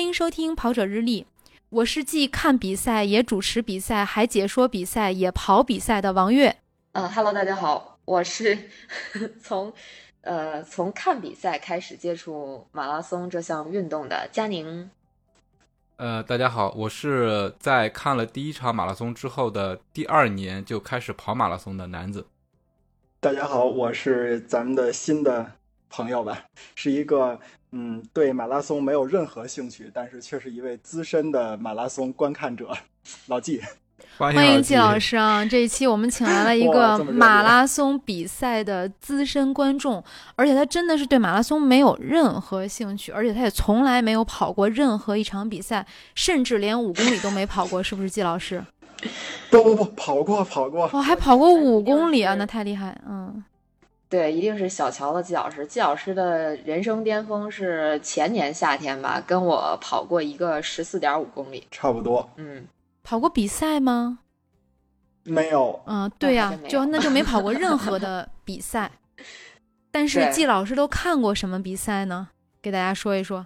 迎收听《跑者日历》，我是既看比赛也主持比赛，还解说比赛也跑比赛的王悦。嗯哈喽，大家好，我是 从呃从看比赛开始接触马拉松这项运动的佳宁。呃，大家好，我是在看了第一场马拉松之后的第二年就开始跑马拉松的男子。大家好，我是咱们的新的朋友吧，是一个嗯对马拉松没有任何兴趣，但是却是一位资深的马拉松观看者，老纪。欢欢迎季季老师。师啊！这一期我们请来了一哇个这么热烈马拉松比赛的资深观众，而且他真的是对马拉松没有任何兴趣，而且他也从来没有跑过任何一场比赛，甚至连五公里都没跑过，是不是季老师？不不不，跑过跑过，哦，还跑过五公里啊，是那太厉害！嗯，对，一定是小瞧了季老师。季老师的人生巅峰是前年夏天吧，跟我跑过一个十四点五公里。差不多嗯，跑过比赛吗？没有。嗯，对呀、好像没有就那就没跑过任何的比 赛。但是对季老师都看过什么比赛呢？给大家说一说。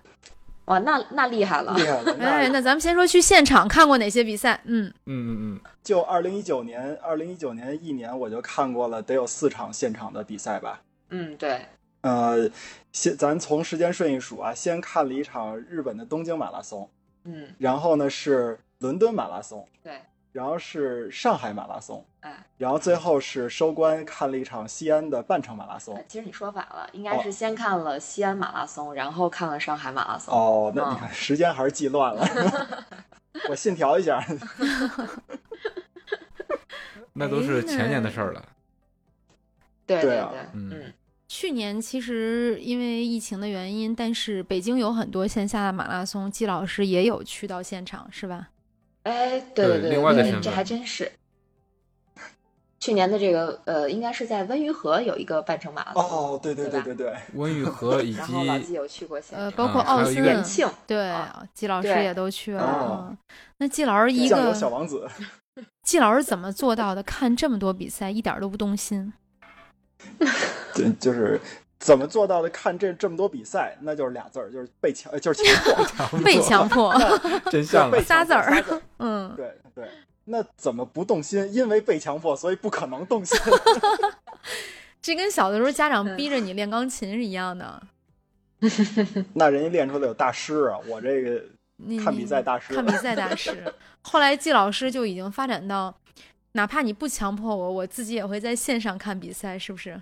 哇，那那厉害了厉。 害了！哎，那那咱们先说去现场看过哪些比赛？嗯，嗯嗯就二零一九年，二零一九年一年我就看过了，得有四场现场的比赛吧。 嗯，对，呃，先咱从时间顺序数啊，先看了一场日本的东京马拉松，嗯，然后呢是伦敦马拉松，对，然后是上海马拉松，哎，然后最后是收官看了一场西安的半程马拉松。其实你说反了，应该是先看了西安马拉松，然后看了上海马拉松。哦，那你看时间还是记乱了，我信条一下。嗯，那都是前年的事儿了。对对对，啊嗯嗯，去年其实因为疫情的原因，但是北京有很多线下的马拉松，季老师也有去到现场，是吧？哎，对对对，另外的对身这份还真是。去年的这个呃，应该是在温榆河有一个半程马拉松，哦，对对对对哎对，温榆河以然后老季及有去过现呃，场，包括啊奥还有一斯个延顿，庆，对啊，季老师对也都去了。哦嗯那季老师一酱油个小王子。季老师怎么做到的？看这么多比赛一点儿都不动心。对，就是怎么做到的？看这这么多比赛，那就是俩字儿，就是被强，呃就是强迫，被强迫。 真相了被。仨强迫字儿仨字儿。嗯，对对，那怎么不动心？因为被强迫，所以不可能动心。这跟小的时候家长嗯逼着你练钢琴是一样的。那人家练出来有大师啊，我这个你看比你赛大师嗯看比赛大 师。后来季老师就已经发展到，哪怕你不强迫我，我自己也会在线上看比赛，是不是？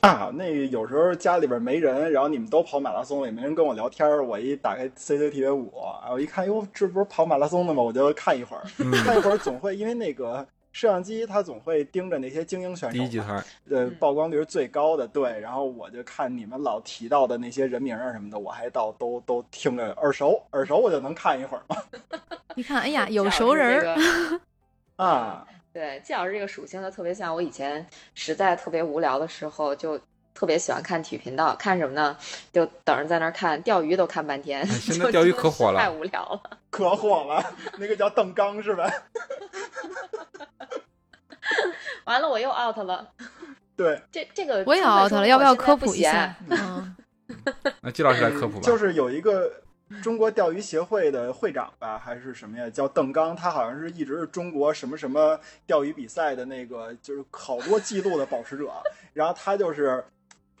啊，那个有时候家里边没人，然后你们都跑马拉松了，也没人跟我聊天儿，我一打开 CCTV 五，啊，我一看，哟，这不是跑马拉松的吗？我就看一会儿，嗯，看一会儿总会因为那个摄像机它总会盯着那些精英选第一集手嘛，团，呃，嗯曝光率是最高的，对。然后我就看你们老提到的那些人名啊什么的，我还倒都都听着耳熟，耳熟我就能看一会儿嘛。一看，哎 呀，季老有师熟人这儿。个 啊，对，季老师这个属性就特别像我以前实在特别无聊的时候，就特别喜欢看体育频道，看什么呢？就等着在那儿看钓鱼，都看半天。哎现在就钓鱼真的可是火了太无聊了。可火了，那个叫邓刚是吧？完了，我又 out 了。对，这这个我也充分 out 说了，明要不我要现在科不普一闲 下？嗯，那季老师来科普吧。嗯就是有一个中国钓鱼协会的会长吧，还是什么呀？叫邓刚，他好像是一直是中国什么什么钓鱼比赛的那个，就是好多记录的保持者。然后他就是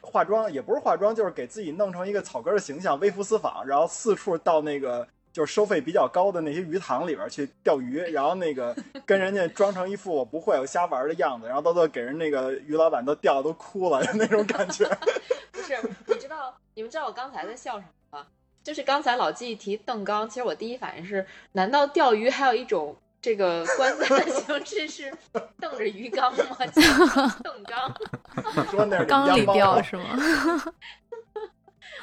化妆，也不是化妆，就是给自己弄成一个草根的形象，微服私访，然后四处到那个。就是收费比较高的那些鱼塘里边去钓鱼，然后那个跟人家装成一副我不会我瞎玩的样子，然后到最后给人那个鱼老板都钓都哭了那种感觉。不是，你知道 你们知道我刚才在笑什么吗？就是刚才老纪提邓刚，其实我第一反应是，难道钓鱼还有一种这个 观赛的形式是瞪着鱼缸吗？叫邓刚。 你说那是缸里央钓猫是吗？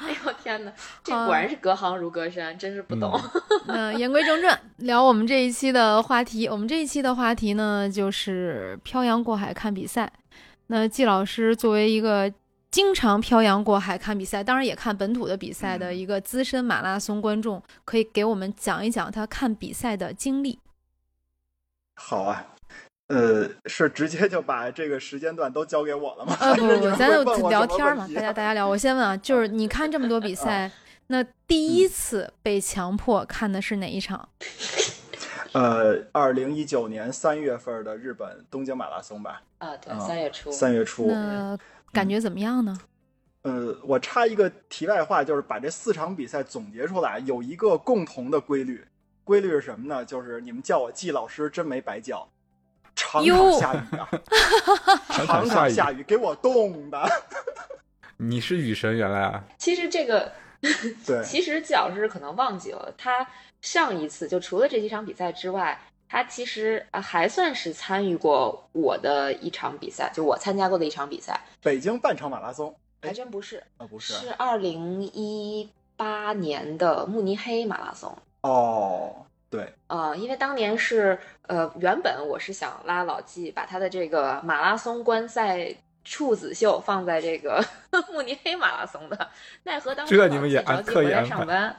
哎呦我天哪，这好果然是隔行如隔山，真是不懂。 那言归正传，聊我们这一期的话题。我们这一期的话题呢，就是漂洋过海看比赛。那季老师作为一个经常漂洋过海看比赛，当然也看本土的比赛的嗯一个资深马拉松观众，可以给我们讲一讲他看比赛的经 历。好啊，呃，是直接就把这个时间段都交 给我了吗？呃，不还不是你不，们咱会就问我聊什么天儿问嘛，题 大家大家聊。我先问啊，就是你看这么多比赛，那第一次被强迫看的是哪一场？嗯呃，二零一九年三月份的日本东京马拉松吧， 啊，对，啊三月初，三月初。那感觉怎么样呢？呃，我插一个题外话，就是把这四场比赛总结出来，有一个共同的规律，规律是什么呢？就是你们叫我季老师真没白叫，场哟场下雨 啊，场场下场下雨，给我 冻的。你是雨神原来啊？其实这个对，其实季老师可能忘记了，他上一次就除了这几场比赛之外，他其实啊还算是参与过我的一场比赛，就我参加过的一场比赛，北京半场马拉松哎还真不是，啊，不是是二零一八年的慕尼黑马拉松。哦，对，呃，因为当年是呃，原本我是想拉老纪把他的这个马拉松观赛处子秀放在这个 慕尼黑马拉松的，奈何当时这你们也老纪安着急刻意回来安排上班，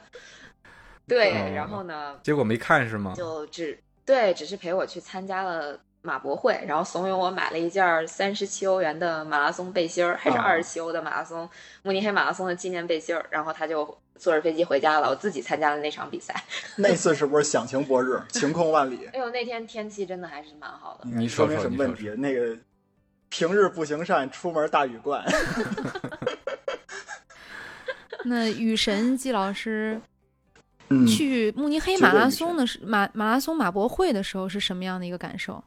对，哦然后呢，结果没看是吗？就只对，只是陪我去参加了马博会，然后怂恿我买了一件三十七欧元的马拉松背心儿，还是啊二十七欧的马拉松慕尼黑马拉松的纪念背心儿，然后他就坐着飞机回家了，我自己参加了那场比赛。那次是不是响晴博日，晴空万里？哎呦，那天天气真的还是蛮好的。你说说明说什你么说问题？那个平日不行善，出门大雨 灌。那雨神季老师嗯去慕尼黑绝对马拉雨松神的时马马拉松马博会的时候是什么样的一个感受？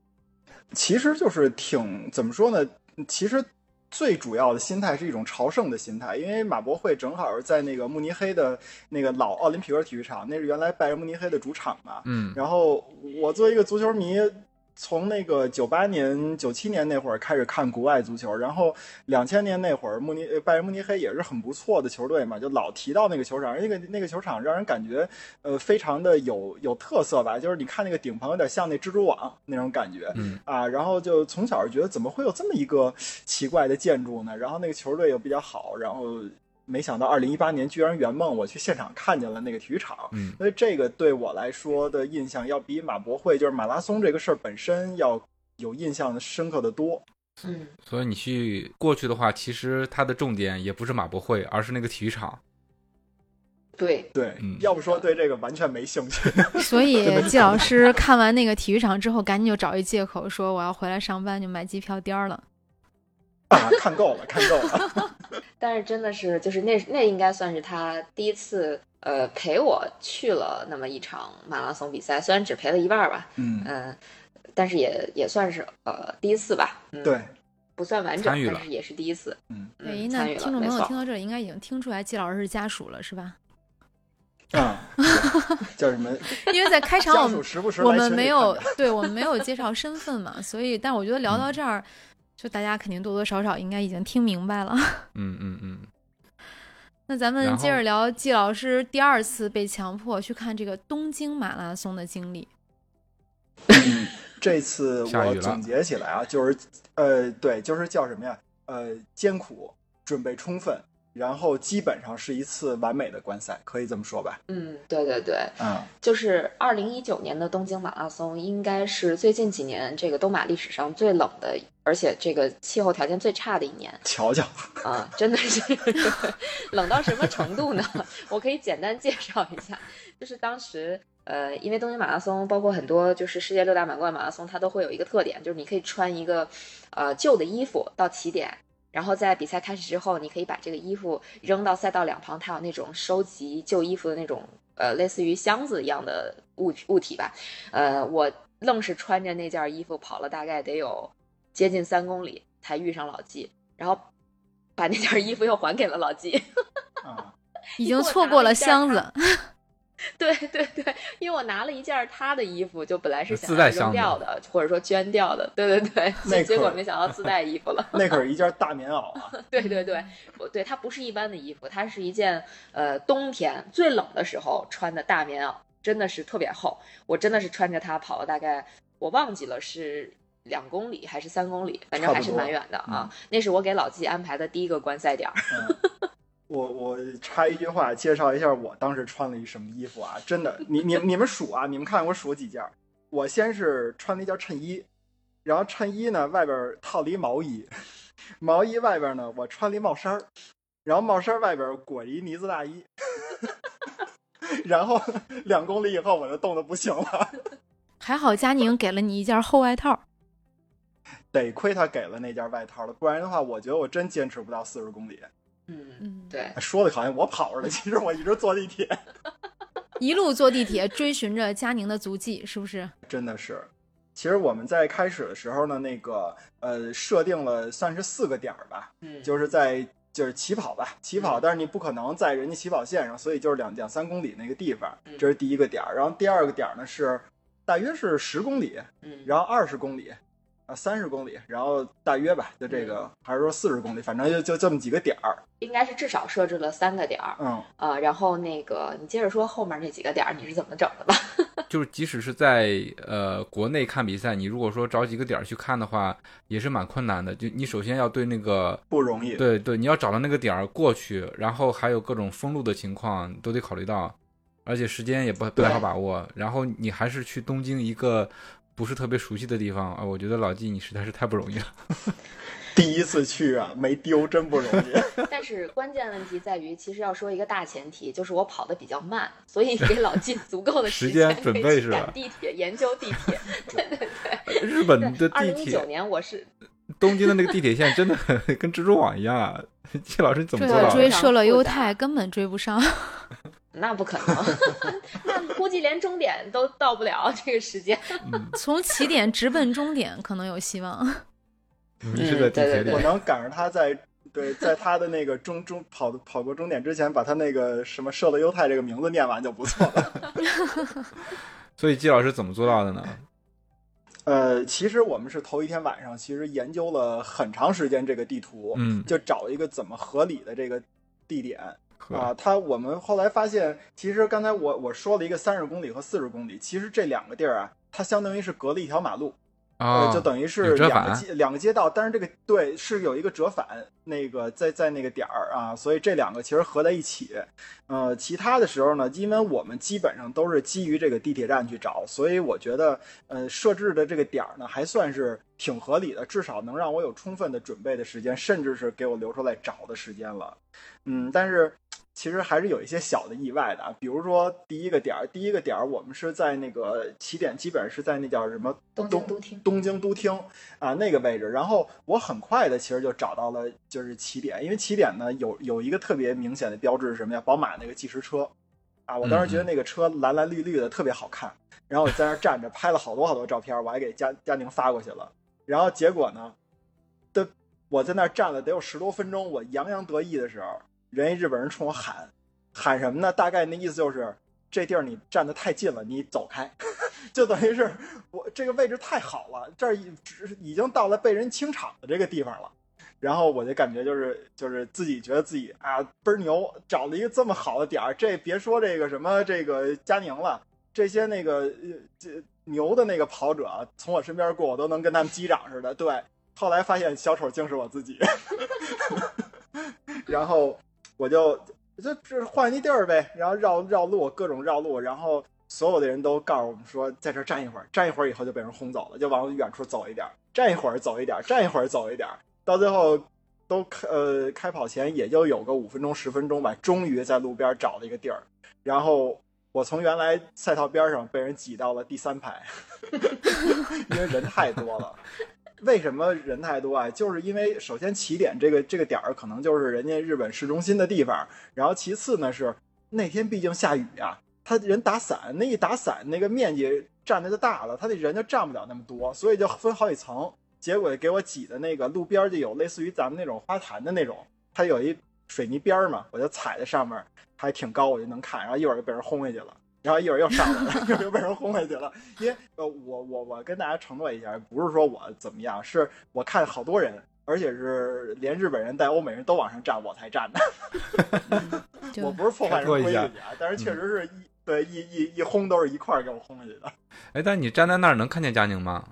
其实就是挺怎么说呢？其实最主要的心态是一种朝圣的心态，因为马博会正好是在那个慕尼黑的那个老奥林匹克体育场，那是原来拜仁慕尼黑的主场嘛。嗯，然后我作为一个足球迷，从那个九八年、九七年那会儿开始看国外足球，然后两千年那会儿，慕尼呃拜仁慕尼黑也是很不错的球队嘛，就老提到那个球场，那个那个球场让人感觉呃非常的有有特色吧，就是你看那个顶棚有点像那蜘蛛网那种感觉，嗯啊，然后就从小就觉得怎么会有这么一个奇怪的建筑呢？然后那个球队又比较好，然后没想到二零一八年居然圆梦，我去现场看见了那个体育场，嗯所以这个对我来说的印象要比马博会，就是马拉松这个事儿本身要有印象深刻的多。嗯，所以你去过去的话，其实它的重点也不是马博会，而是那个体育场。对，对，嗯要不说对这个完全没兴趣。 所以季老师看完那个体育场之后，赶紧就找一借口说我要回来上班，就买机票颠儿了。啊，看够了，看够 了。但是真的是就是那那应该算是他第一次呃陪我去了那么一场马拉松比赛，虽然只陪了一半儿吧，嗯，嗯，但是也也算是呃第一次吧，嗯，对，不算完整，参与了但是也是第一次，嗯对，那参与了，听众没朋友错听，到这里，应该已经听出来季老师是家属了，是吧？ 啊，叫什么？因为在开场我家们属时不时我来们群里没有看看，对我们没有介绍身份嘛，所以，但我觉得聊到这儿，就大家肯定多多少少应该已经听明白了。 嗯嗯嗯，那咱们然接着后聊季老师第二次被强迫去看这个东京马拉松的经历。 嗯这次下我雨了总结起来啊，就是呃，对，就是叫什么呀？呃，艰苦，准备充分，然后基本上是一次完美的观赛，可以这么说吧？嗯，对对对，啊、就是二零一九年的东京马拉松，应该是最近几年这个东马历史上最冷的，而且这个气候条件最差的一年。瞧瞧，啊，真的是冷到什么程度呢？ 我可以简单介绍一下，就是当时呃，因为东京马拉松包括很多就是世界六大满贯马拉松，它都会有一个特点，就是你可以穿一个呃旧的衣服到起点。然后在比赛开始之后，你可以把这个衣服扔到赛道两旁，它有那种收集旧衣服的那种呃类似于箱子一样的物物体吧。呃，我愣是穿着那件衣服跑了大概得有接近三公里，才遇上老纪，然后把那件衣服又还给了老纪。 啊，已因经为我错拿过了了一件箱他子，对对对，因为我拿了一件他的衣服，就本来是想自带要箱扔子掉的，或者说捐掉的。对对 对，那结结果可没想到自带衣服了。 那可是一件大棉袄啊！对对对，我对它不是一般的衣服，它是一件呃冬天最冷的时候穿的大棉袄，真的是特别厚。我真的是穿着它跑了大概，我忘记了是两公里还是三公里，反正还是蛮远的差不多啊。那是我给老纪安排的第一个观赛点儿。 嗯我我插一句话，介绍一下我当时穿了一什么衣服啊？真的，你你你们数啊，你们看我数几件儿。我先是穿了一件衬衣，然后衬衣呢外边儿套了一毛衣，毛衣外边呢我穿了一帽衫儿，然后帽衫外边裹一呢子大衣， 然后两公里以后我就冻得不行了， 还好佳宁给了你一件厚外套。得亏他给了那件外套了，不然的话，我觉得我真坚持不到四十公里。嗯，嗯，， 对，说的好像我跑着了，其实我一直坐地铁，一路坐地铁追寻着佳宁的足迹，是不是？真的是。其实我们在开始的时候呢，那个呃设定了算是四个点儿吧，嗯，就是在就是起跑吧，起嗯跑，但是你不可能在人家起跑线上，所以就是两两三公里那个地方嗯，这是第一个点儿。然后第二个点儿呢是大约是十公里，嗯，然后二十公里，啊三十公里，然后大约吧，就这嗯个，还是说四十公里，反正就就这么几个点儿。应该是至少设置了三个点儿，嗯，呃，然后那个你接着说后面那几个点儿你是怎么整的吧？ 就是即使是在呃国内看比赛，你如果说找几个点儿去看的话，也是蛮困难的。就你首先要对那个，不容易。对对，你要找到那个点儿过去，然后还有各种封路的情况你都得考虑到，而且时间也不不太好把握。然后你还是去东京一个不是特别熟悉的地方啊，我觉得老纪你实在是太不容 易了。第一次去啊，没丢，真不容易。但是关键问题在于，其实要说一个大前提，就是我跑得比较慢，所以给老季 足够的时间间准备可以去是吧赶地铁，研究地铁。日本的二嗯地零一九铁，年我是东京的那个地铁线真的很跟蜘蛛网一样啊！ 季老师你怎么这做要到追的？是射了优太根本追不上。 那不可能， 那估计连终点都到不了这个时间。嗯，从起点直奔终点可能有希望。迷失在地铁嗯对我里。能赶上他在对，在他的那个终终跑跑过终点之前，把他那个什么“社的犹太”这个名字念完就不错了。 所以季老师怎么做到的呢？呃，其实我们是头一天晚上，其实研究了很长时间这个地图，嗯，就找一个怎么合理的这个地点呵啊。它我们后来发现，其实刚才我我说了一个三十公里和四十公里，其实这两个地儿啊，它相当于是隔了一条马路，啊，呃，就等于是有折两个返街两个街道，但是这个对是有一个折返，那个在在那个点儿啊，所以这两个其实合在一起。呃，其他的时候呢，因为我们基本上都是基于这个地铁站去找，所以我觉得呃设置的这个点儿呢还算是挺合理的，至少能让我有充分的准备的时间，甚至是给我留出来找的时间了。嗯，但是其实还是有一些小的意外的啊，比如说第一个点儿，第一个点儿我们是在那个起点，基本上是在那叫什么东京都 厅东京都厅啊那个位置。然后我很快的其实就找到了就是起点，因为起点呢有有一个特别明显的标志是什么呀？宝马那个计时车啊，我当时觉得那个车蓝蓝绿绿的特别好看，然后我在那儿站着拍了好多好多照片，我还给佳佳宁发过去了。然后结果呢，的我在那儿站了得有十多分钟，我洋洋得意的时候，人一日本人冲我喊，喊什么呢？大概那意思就是这地儿你站得太近了，你走开， 就等于是我这个位置太好了，这儿已只已经到了被人清场的这个地方了。然后我就感觉就是就是自己觉得自己啊倍儿牛，找了一个这么好的点儿，这别说这个什么这个佳宁了，这些那个呃这牛的那个跑者啊从我身边过，我都能跟他们击掌似的。对，后来发现小丑竟是我自己， 然后我就就这换一地儿呗，然后绕绕路，各种绕路，然后所有的人都告诉我们说，在这儿站一会儿，站一会儿以后就被人轰走了，就往远处走一点儿，站一会儿走一点儿，站一会儿走一点儿，到最后都开呃开跑前也就有个五分钟十分钟吧，终于在路边找了一个地儿，然后。我从原来赛道边上被人挤到了第三排， 因为人太多了。为什么人太多啊？就是因为首先起点这个这个点儿可能就是人家日本市中心的地方，然后其次呢是那天毕竟下雨啊，他人打伞那一打伞那个面积占的就大了，他那人就占不了那么多，所以就分好几层，结果给我挤的那个路边儿就有类似于咱们那种花坛的那种，它有一水泥边儿嘛，我就踩在上面儿，还挺高，我就能看，然后一会儿就被人轰下去了。 然后一会儿又上来了，一会儿又被人轰下去了。因为呃，我我我跟大家承诺一下，不是说我怎么样，是我看好多人，而且是连日本人带欧美人都往上站，我才站的。我就不是破坏人规矩开拓啊，但是确实是一、对一一一轰都是一块儿给我轰下去的。哎，但你站在那儿能看见佳宁吗？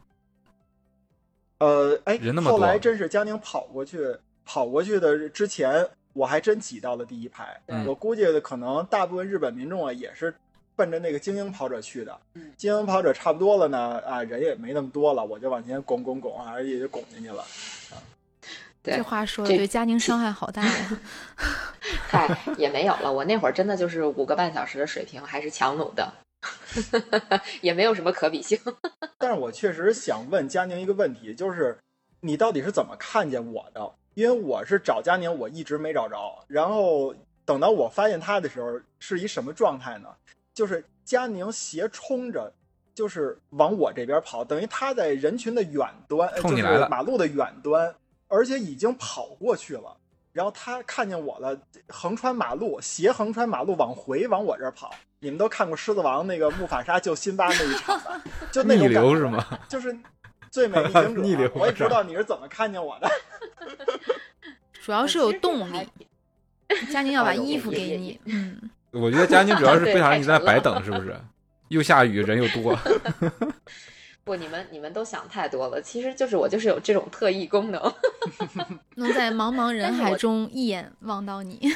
呃，哎，人那么多后来真是江宁跑过去，跑过去的之前，我还真挤到了第一排。嗯我估计可能大部分日本民众啊，也是奔着那个精英跑者去的嗯。精英跑者差不多了呢，啊，人也没那么多了，我就往前拱拱拱，啊，也就拱进去了。对这话说的这对，家庭伤害好大 呀。嗨，哎也没有了。我那会儿真的就是五个半小时的水平，还是强弩的， 也没有什么可比性。但是我确实想问佳宁一个问题，就是你到底是怎么看见我的？因为我是找佳宁，我一直没找着，然后等到我发现他的时候，是一什么状态呢？就是佳宁斜冲着，就是往我这边跑，等于他在人群的远端，呃冲就你是来了马路的远端，而且已经跑过去了。然后他看见我了，横穿马路，斜横穿马路往回往我这儿跑。你们都看过《狮子王》那个木法沙救辛巴那一场吧？就那逆种感流觉是 吗？就是最美逆行 者，逆流我也不知道你是怎么看见我的。 主哦要是有 动力，佳宁要把有衣动服力给你，嗯，我觉得佳宁主要是对不想让太你在那沉白了等，是不是？又下雨，人又 多，不，你们你们都想太多了。其实就是我就是有这种特异功能。 能在茫茫人但是海我中一眼望到你。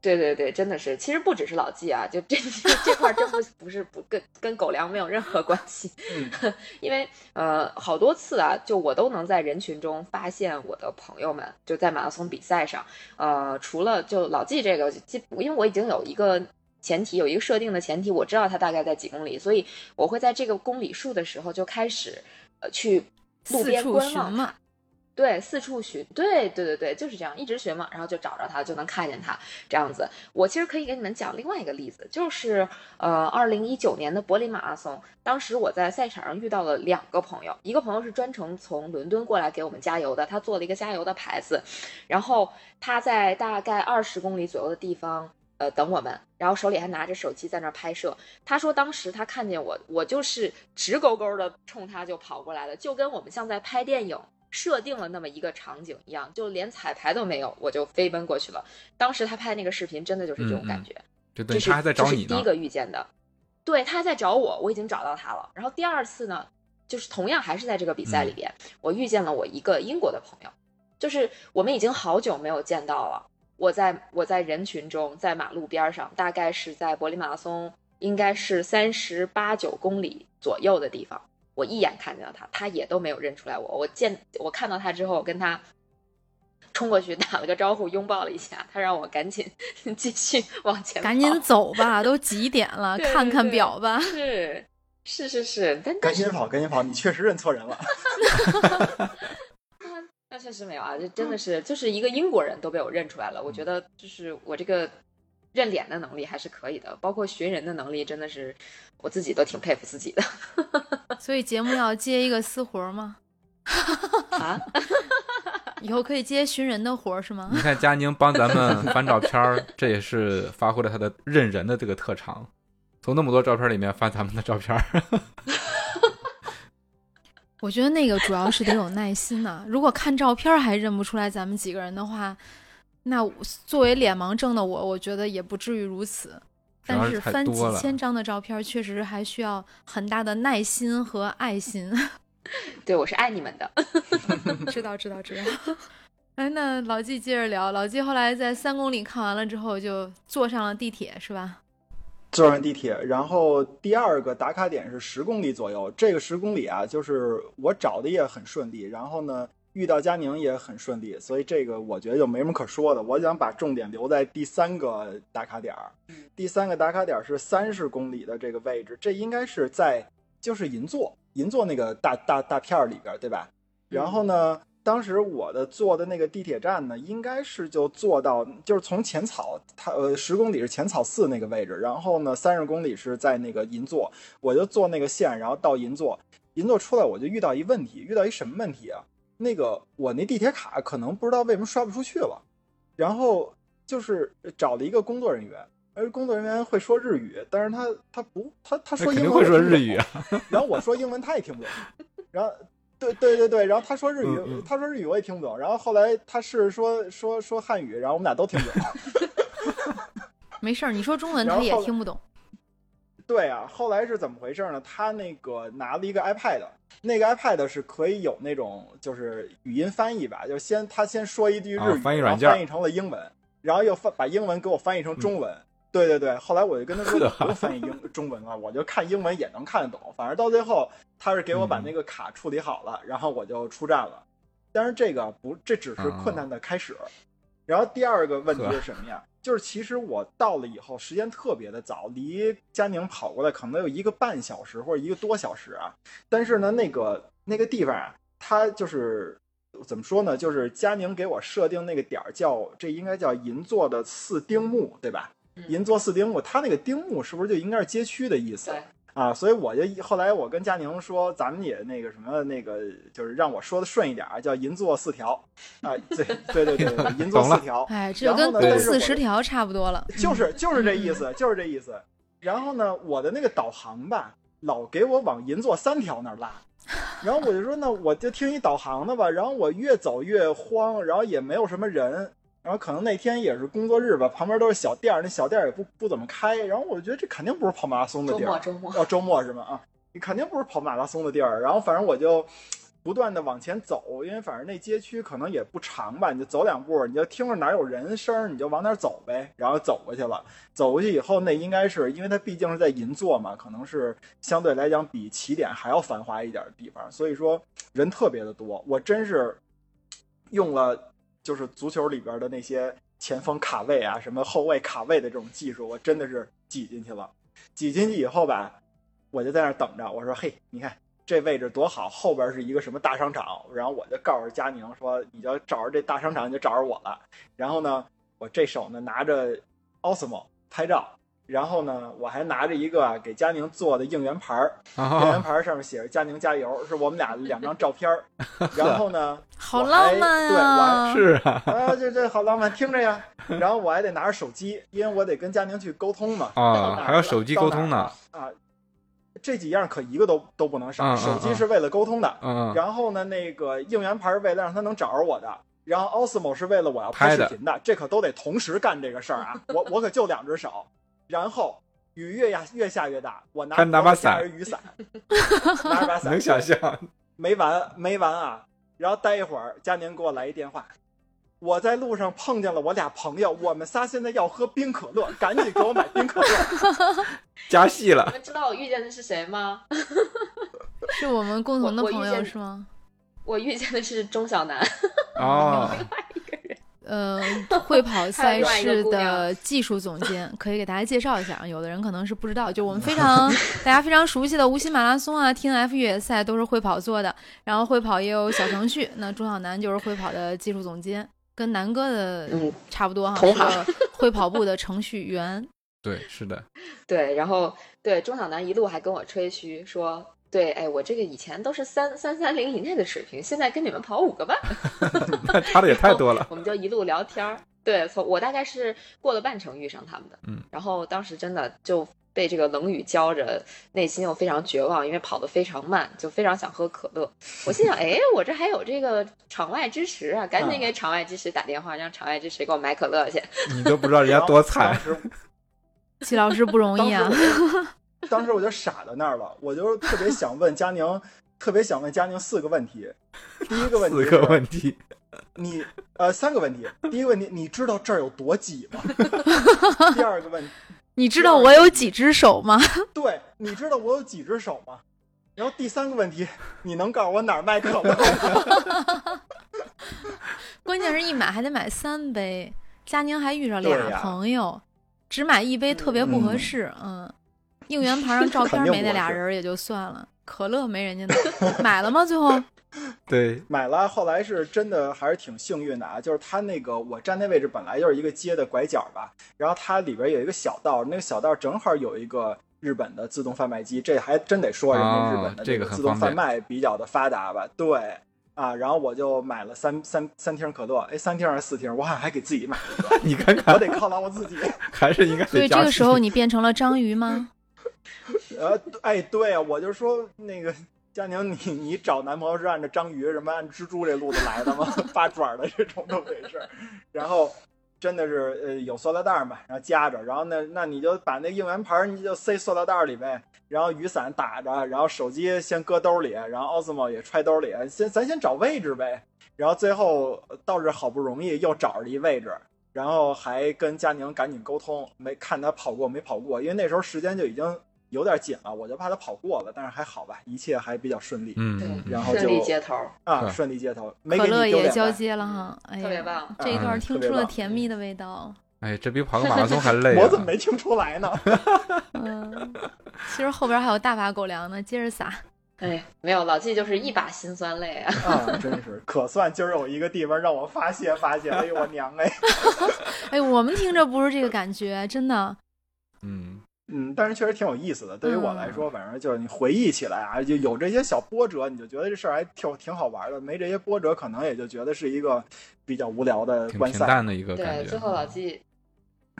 对对对，真的是。其实不只是老纪啊，就这 这块儿真不不是不跟跟狗粮没有任何关系。嗯， 因为呃，好多次啊，就我都能在人群中发现我的朋友们，就在马拉松比赛上，呃，除了就老纪这个，基因为我已经有一个前提，有一个设定的前提，我知道他大概在几公里，所以我会在这个公里数的时候就开始呃去路四边处观寻望嘛他。对，四处寻，对对对对，就是这样，一直寻嘛，然后就找着他，就能看见他这样子。我其实可以给你们讲另外一个例子，就是呃，二零一九年的柏林马拉松，当时我在赛场上遇到了两个朋友，一个朋友是专程从伦敦过来给我们加油的，他做了一个加油的牌子，然后他在大概二十公里左右的地方。呃，等我们，然后手里还拿着手机在那儿拍摄。他说当时他看见我，我就是直勾勾的冲他就跑过来了，就跟我们像在拍电影设定了那么一个场景一样，就连彩排都没有，我就飞奔过去了。当时他拍那个视频，真的就是这种嗯嗯感觉。就等这于是他还在这找是你第呢一。个遇见的，对，他还在找我，我已经找到他了。然后第二次呢，就是同样还是在这个比赛嗯里边，我遇见了我一个英国的朋友，就是我们已经好久没有见到了。我在我在人群中，在马路边上，大概是在柏林马拉松，应该是三十八九公里左右的地方，我一眼看见了他，他也都没有认出来我。我见我看到他之后，我跟他冲过去打了个招呼，拥抱了一下，他让我赶紧 继续往前跑，赶紧走吧，都几点了？ 对对看看对表吧。 是是是是，但赶但是紧跑，赶紧跑！你确实认错人了。那确实没有啊，这嗯真的是就是一个英国人都被我认出来了。我觉得就是我这个认脸的能力还是可以的，包括寻人的能力，真的是我自己都挺佩服自 己的所以节目要接一个私活儿吗？啊。以后可以接寻人的活儿是吗 你？看佳宁帮咱们翻照片儿，这也是发挥了他的认人的这个特长。从那么多照片里面翻咱们的照片儿，我觉得那个主要是得有耐心呐、如果看照片儿还认不出来咱们几个人的话，那我作为脸盲症的我，我觉得也不至于如此。主要但是是太翻多几了千张的照片儿，确实还需要很大的耐心和爱心。 对，我是爱你们的。知道，知道，知道。 哎，那老纪接着聊，老纪后来在三公里看完了之后，就坐上了地铁，是吧？坐上地铁，然后第二个打卡点是十公里左右。这个十公里啊，就是我找的也很顺利，然后呢遇到佳宁也很顺利，所以这个我觉得就没什么可说的。我想把重点留在第三个打卡点儿，第三个打卡点儿是三十公里的这个位置，这应该是在就是银座银座那个大大大片儿里边儿，对吧？嗯然后呢，当时我的坐的那个地铁站呢，应该是就坐到就是从浅草，它呃十公里是浅草寺那个位置，然后呢三十公里是在那个银座，我就坐那个线，然后到银座，银座出来我就遇到一问题，遇到一什么问题啊？那个我那地铁卡可能不知道为什么刷不出去了，然后就是找了一个工作人员。而工作人员会说日语，但是他他不他他那说肯定英文会我说听不日语懂啊。然后我说英文他也听不懂，然后对对对对，然后他说日语，嗯嗯他说日语我也听不懂，然后后来他是说说说汉语，然后我们俩都听不懂。没事儿，你说中文然他后也后来听不懂。对啊，后来是怎么回事呢？他那个拿了一个 iPad，那个 iPad 是可以有那种就是语音翻译吧，就是先他先说一句日语，啊翻译软件嗯然后翻译成了英文，然后又翻把英文给我翻译成中文。对对对，后来我就跟他 说不用翻译英中文了，啊我就看英文也嗯能看得懂。反正到最后他是给我把那个卡处理好了，然后我就出站了。但是这个不，这只是困难的开始。然后第二个问题是什么呀？就是其实我到了以后，时间特别的早，离佳宁跑过来可能有一个半小时或者一个多小时啊。但是呢，那个那个地方啊，它就是怎么说呢？就是佳宁给我设定那个点儿叫这应该叫银座的四丁目，对吧？银座四丁目，它那个丁目是不是就应该是街区的意思对？啊，所以我就后来我跟佳宁说，咱们也那个什么那个，就是让我说的顺一点啊，叫银座四条啊，对对对对，对银座 懂四了条，哎，这就然跟后呢公但是四我十条差不多了。就是就是这意思，就是这意思。然后呢，我的那个导航吧，老给我往银座三条那儿拉，然后我就说那我就听一导航的吧。然后我越走越慌，然后也没有什么人，然后可能那天也是工作日吧，旁边都是小店儿，那小店儿也不不怎么开。然后我觉得这肯定不是跑马拉松的周地儿末，周末，哦，周末是吗？啊，你肯定不是跑马拉松的地儿。然后反正我就不断的往前走，因为反正那街区可能也不长吧，你就走两步，你就听着哪有人声儿，你就往哪儿走呗。然后走过去了，走过去以后，那应该是因为它毕竟是在银座嘛，可能是相对来讲比起点还要繁华一点的地方，所以说人特别的多。我真是用了就是足球里边的那些前锋卡位啊，什么后卫卡位的这种技术，我真的是挤进去了。挤进去以后吧，我就在那儿等着。我说：“嘿，你看这位置多好，后边是一个什么大商场。”然后我就告诉佳宁说：“你就找着这大商场，你就找着我了。”然后呢，我这手呢拿着 Osmo 拍照，然后呢我还拿着一个啊给佳宁做的应援牌儿，应援啊，牌儿上面写着“佳宁加油”，是我们俩两张照片儿。然后呢，好我还浪漫对我还啊！是啊，啊，这这好浪漫，听着呀。然后我还得拿着手机，因为我得跟佳宁去沟通嘛。到啊，哪儿还有了手机到沟哪儿通呢了，啊，这几样可一个都都不能少。嗯嗯手机嗯是为了沟通的，嗯，嗯然后呢，那个应援牌是为了让他能找着我的，然后 Osmo 是为了我要拍拍视的频的，这可都得同时干这个事儿啊。 我我可就两只手，然后雨越下越下越大，我拿还拿把我伞拿着雨伞，拿着把 伞，能想象，没完没完啊！然后待一会儿，佳宁给我来一电话，我在路上碰见了我俩朋友，我们仨现在要喝冰可乐，赶紧给我买冰可乐。加戏你 了，们知道我遇见的是谁吗？ 是我们共同的我我遇朋友见是吗？我遇见的是钟晓楠，哦，呃，会跑还赛有另外一个事姑娘的技术总监，可以给大家介绍一下啊。有的人可能是不知道，就我们 非常大家非常熟悉的无锡马拉松啊、T N F 越野赛都是会跑做的，然后会跑也有小程序。那钟晓楠就是会跑的技术总监，跟南哥的 嗯差不多哈，同是行个会跑步的程序员。对，是 的，对，然后对钟晓楠一路还跟我吹嘘说，对，哎，我这个以前都是三三三零以内的水平，现在跟你们跑五个半，那差的也太多了，我们就一路聊天儿。对，从我大概是过了半程遇上他们的，嗯，然后当时真的就被这个冷雨浇着，内心又非常绝望，因为跑得非常慢，就非常想喝可乐。我心想， 哎，我这还有这个场外支持啊，赶嗯紧给场外支持打电话，让场外支持给我买可乐去。 你都不知道人家多惨当，时季老师不容易 啊当，时我就 当时我就傻在那儿了，我就特别想问佳宁，特别想问佳宁四个问题。第一个问题四是，个问题，你呃三个问题。第一个问题，你知道这儿有多挤吗？ 第二个问题， 你知道我有几只手吗？对，你知道我有几只手吗？然后第三个问题，你能告诉我哪儿卖可乐吗？关键是一买还得买三杯，佳宁还遇着对俩呀朋友，只买一杯特别不合适。嗯，应援牌上照片肯定不合没适那俩人也就算了，可乐没人家 的，买了吗？最后对，买了，后来是真的还是挺幸运的啊，就是它那个我站那位置本来就是一个街的拐角吧，然后它里边有一个小道，那个小道正好有一个日本的自动贩卖机，这还真得说人家哦日本的这个个很自动贩方便卖比较的发达吧，对。啊，然后我就买了三三三听可乐，哎，三听还是四听？我好像还给自己买了一 你看个，我看，得犒劳我自己。 还是应该所得以这加个时候戏，你变成了章鱼吗？呃，哎，对啊，我就说那个佳宁，你你找男朋友是按照章鱼什么按蜘蛛这路子来的吗？ 八爪的这种都得是，然后真的是呃有塑料袋儿嘛，然后夹着，然后呢，那你就把那应援牌儿你就塞塑料袋儿里呗，然后雨伞打着，然后手机先搁兜里，然后 Osmo 也揣兜里，先咱先找位置呗，然后最后呃倒是好不容易又找着一位置，然后还跟佳宁赶紧沟通，没看他跑过没跑过，因为那时候时间就已经有点紧了，我就怕他跑过了，但是还好吧，一切还比较顺利嗯，对嗯然后顺利就接头儿，啊，是顺利接头，没可给乐你丢也脸交吧。接了哈，哎呀，特别棒这一段听出特别了棒甜蜜的味 道。哎，这比跑个马拉松还累、啊。我怎么没听出来呢？嗯，其实后边还有大把狗粮呢，接着撒。哎，没有老纪就是一把辛酸泪啊。啊， 真是，可算今儿有一个地方让我发泄发 泄。哎呦我娘哎！哎，我们听着不是这个感觉，真的。嗯，嗯，但是确实挺有意思的。对于我来说，反正就是你回忆起来啊，就有这些小波折，你就觉得这事儿还挺挺好玩的；没这些波折，可能也就觉得是一个比较无聊的挺观平赛。淡的一个感对，觉。最后老纪，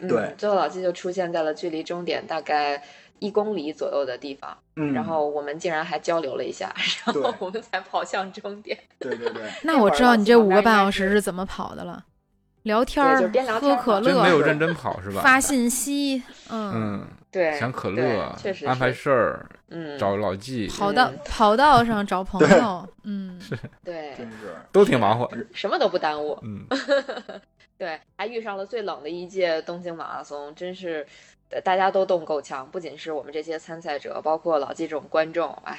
嗯、对最后老纪就出现在了距离终点大概一公里左右的地方，嗯，然后我们竟然还交流了一下，然后对我们才跑向终点。对对对，那我知道你这五个半小时是怎么跑的了，聊天儿对就边聊、天喝儿可真没乐、有认真跑是吧？发信息，嗯，嗯，对，想可乐对确实，是安排事儿，嗯，找老纪，跑到嗯跑道上找朋友，嗯，对，真是都挺忙活。什么都不耽误。嗯，对，还遇上了最冷的一届东京马拉松，真是呃大家都冻够呛，不仅是我们这些参赛者，包括老纪这种观众，哎，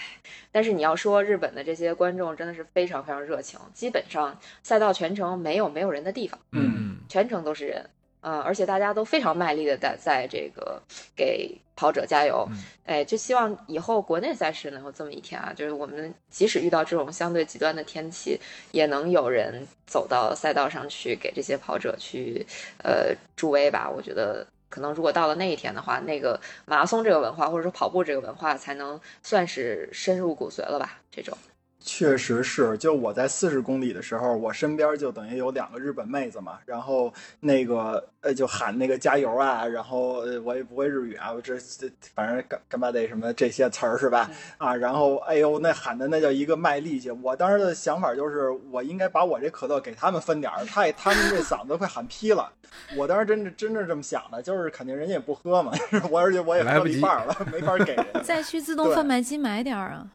但是你要说日本的这些观众真的是非常非常热情，基本上赛道全程没有没有人的地方，嗯全程都是人。啊、而且大家都非常卖力的在在这个给跑者加油，嗯哎，就希望以后国内赛事能有这么一天啊，就是我们即使遇到这种相对极端的天气，也能有人走到赛道上去给这些跑者去呃助威吧。我觉得可能如果到了那一天的话，那个马拉松这个文化或者说跑步这个文化才能算是深入骨髓了吧。这种，确实是，就我在四十公里的时候，我身边就等于有两个日本妹子嘛，然后那个呃就喊那个加油啊，然后呃我也不会日语啊，我这这反正干干巴得什么这些词儿是吧？嗯啊，然后哎呦那喊的那叫一个卖力气，我当时的想法就是我应该把我这可乐给他们分点儿，太他们这嗓子快喊劈了，我当时真是真是这么想的，就是肯定人家也不喝嘛， 我而且我也喝来不了一及半儿了，没法 给人。再去自动对贩卖机买点儿啊。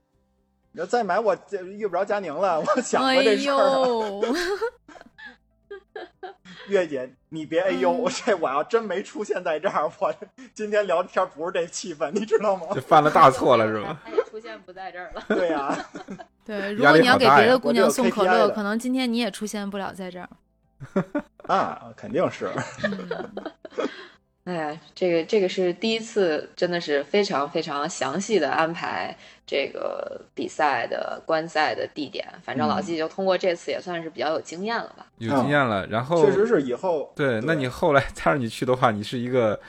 你要再买我这遇不着佳宁了，我想哎过这事儿啊了。呦，月姐，你别哎呦，嗯我这我要真没出现在这儿， 我今天聊天不是这气氛，你知道 吗就？犯了大错了是 吧？他也出现不在这儿了。对啊呀、 对，如压果力你要好给大别呀的姑我这娘有送可 KPI 乐，的可能今天你也出现不了在这儿。啊，肯定是，嗯哎呀，这个这个是第一次，真的是非常非常详细的安排这个比赛的观赛的地点。反正老嗯纪就通过这次也算是比较有经验了吧。有经验了，然后确实是以后对，那你后来 再让你去的话，你是一个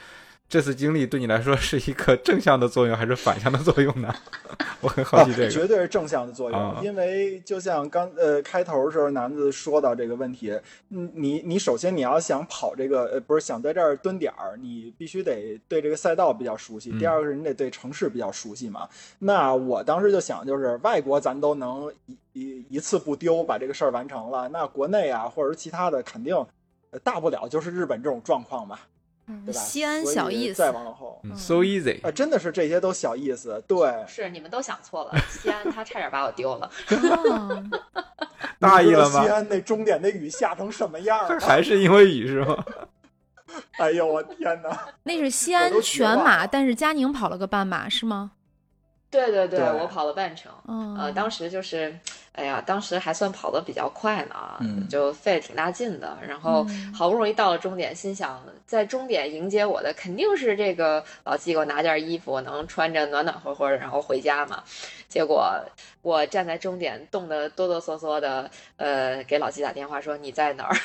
这次经历对你来说是一个正向的作用还是反向的作用呢？ 我很好奇这啊个。绝对是正向的作用，啊因为就像刚呃开头的时候，南子说到这个问题，嗯你你首先你要想跑这个呃不是想在这儿蹲点儿，你必须得对这个赛道比较熟悉，嗯第二个是你得对城市比较熟悉嘛。那我当时就想，就是外国咱都能一一一次不丢把这个事儿完成了，那国内啊或者是其他的肯定。呃大不了就是日本这种状况嘛，对吧？西安所以小意思再，往后嗯，so easy 啊，真的是这些都小意思，对，是你们都想错了，西安他差点把我丢 了。 哦大意了你知道西吗？？安那终点那雨下成什么样了还是因为雨是吗？哎呦我天哪！那是西我安都绝全望马，了但是佳宁跑了个半马，是吗？对对对，对我跑了半程。嗯，呃，当时就是，哎呀，当时还算跑得比较快呢，嗯就费了挺大劲的。然后嗯好不容易到了终点，心想在终点迎接我的肯定是这个老季给我拿件衣服，我能穿着暖暖和和的，然后回家嘛。结果我站在终点，冻得哆哆嗦嗦的，呃，给老季打电话说你在哪儿？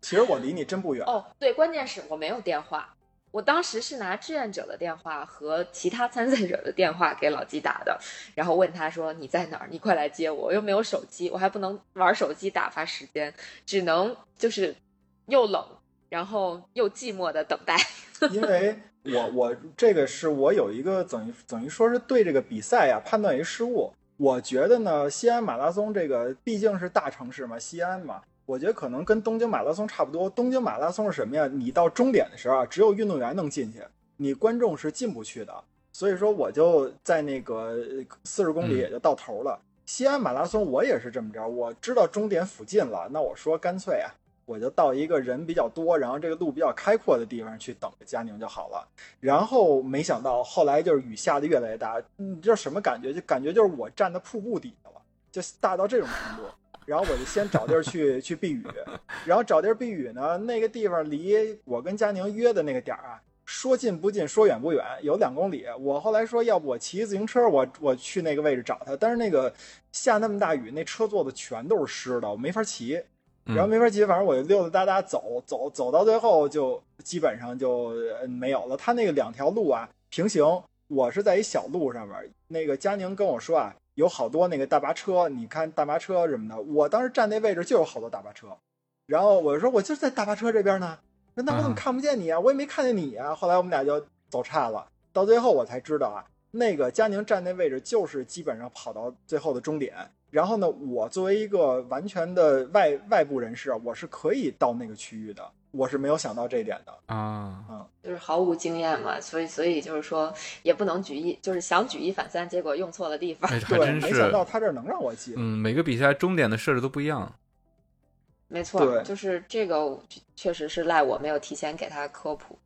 其实我离你真不 远，哦，对，关键是我没有电话，我当时是拿志愿者的电话和其他参赛者的电话给老纪打的，然后问他说你在哪儿？你快来接我，我又没有手机，我还不能玩手机打发时间，只能就是又冷，然后又寂寞的等待。 因为我我这个是我有一个等于等于说是对这个比赛啊判断一失误。我觉得呢，西安马拉松这个毕竟是大城市嘛，西安嘛，我觉得可能跟东京马拉松差不多。东京马拉松是什么呀？你到终点的时候啊，只有运动员能进去，你观众是进不去的。所以说，我就在那个四十公里也就到头了。西安马拉松我也是这么着，我知道终点附近了，那我说干脆啊，我就到一个人比较多，然后这个路比较开阔的地方去等着佳宁就好了。然后没想到后来就是雨下的越来越大，你知道什么感觉？就感觉就是我站在瀑布底下了，就大到这种程度。然后我就先找地儿去 去避雨，然后找地儿避雨呢，那个地方离我跟佳宁约的那个点儿啊，说近不近，说远不远，有两公里。我后来说，要不我骑自行车，我我去那个位置找他，但是那个下那么大雨，那车座子全都是湿的，我没法骑。嗯然后没法骑，反正我就溜溜达达走走走到最后就基本上就呃没有了。他那个两条路啊平行，我是在一小路上面儿。那个佳宁跟我说啊，有好多那个大巴车，你看大巴车什么的。我当时站那位置就有好多大巴车，然后我说我就在大巴车这边呢，那那我怎嗯么看不见你啊？我也没看见你啊。后来我们俩就走岔了，到最后我才知道啊，那个佳宁站那位置就是基本上跑到最后的终点。然后呢，我作为一个完全的外外部人士啊，我是可以到那个区域的，我是没有想到这一点的。啊， 就是毫无经验嘛，所以所以就是说也不能举一，就是想举一反三，结果用错了地方。哎，还对，真没是想，到他这儿能让我记。嗯，每个比赛终点的设置都不一样，没错，对就是这个确实是赖我没有提前给他科普。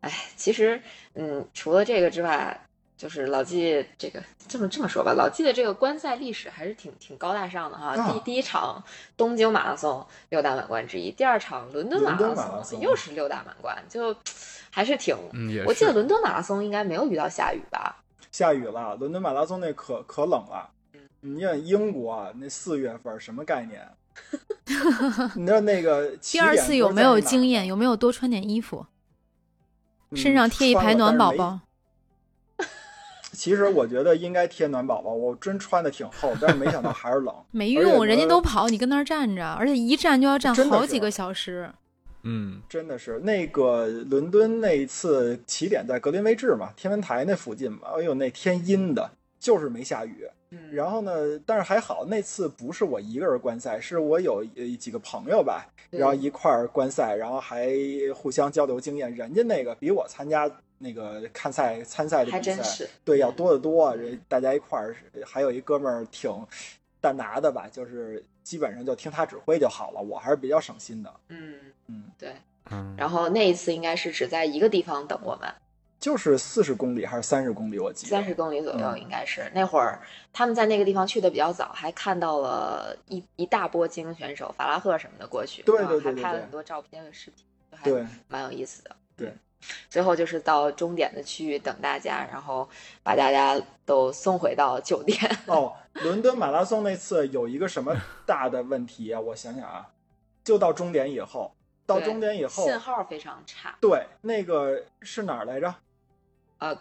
哎，其实嗯，除了这个之外，就是老纪这个这么这么说吧，老纪的这个观赛历史还是挺挺高大上的哈。啊第第一场东京马拉松六大满贯之一，第二场伦敦马伦拉敦马拉松松又是六大满贯，就还是挺。嗯，也我记得是，伦敦马拉松应该没有遇到下雨吧？下雨了，伦敦马拉松那可可冷嗯了。你看英国啊那四月份什么 概念？你知道那个起第二点次不是有在没有那哪儿经验？有没有多穿点衣服？嗯身上贴一排穿了暖宝。但是没宝，其实我觉得应该贴暖宝宝，我真穿的挺厚，但是没想到还是冷。没而且用，呢人家都跑，你跟那儿站着，而且一站就要站真的好是几个小时。嗯，真的是那个伦敦那一次起点在格林威治嘛，天文台那附近嘛，哎呦那天阴的，就是没下雨。嗯然后呢，但是还好那次不是我一个人观赛，是我有呃几个朋友吧，对然后一块儿观赛，然后还互相交流经验。人家那个比我参加那个看赛参赛的还比真赛，是，对，要多得多。人大家一块儿，还有一哥们儿挺蛋拿的吧，就是基本上就听他指挥就好了。我还是比较省心的，嗯，嗯，对。嗯，然后那一次应该是只在一个地方等我们，就是四十公里还是三十公里，我记得三十公里左右嗯应该是。那会儿他们在那个地方去的比较早，还看到了一一大波精英选手法拉赫什么的过去，对然后对对还对拍了对很多照片和视频，就还对。蛮有意思的。对嗯，最后就是到终点的区域等大家，然后把大家都送回到酒店。哦，伦敦马拉松那次有一个什么大的问题啊？我想想啊，就到终点以后，到对终点以后，信号非常差。对，那个是哪儿来着？呃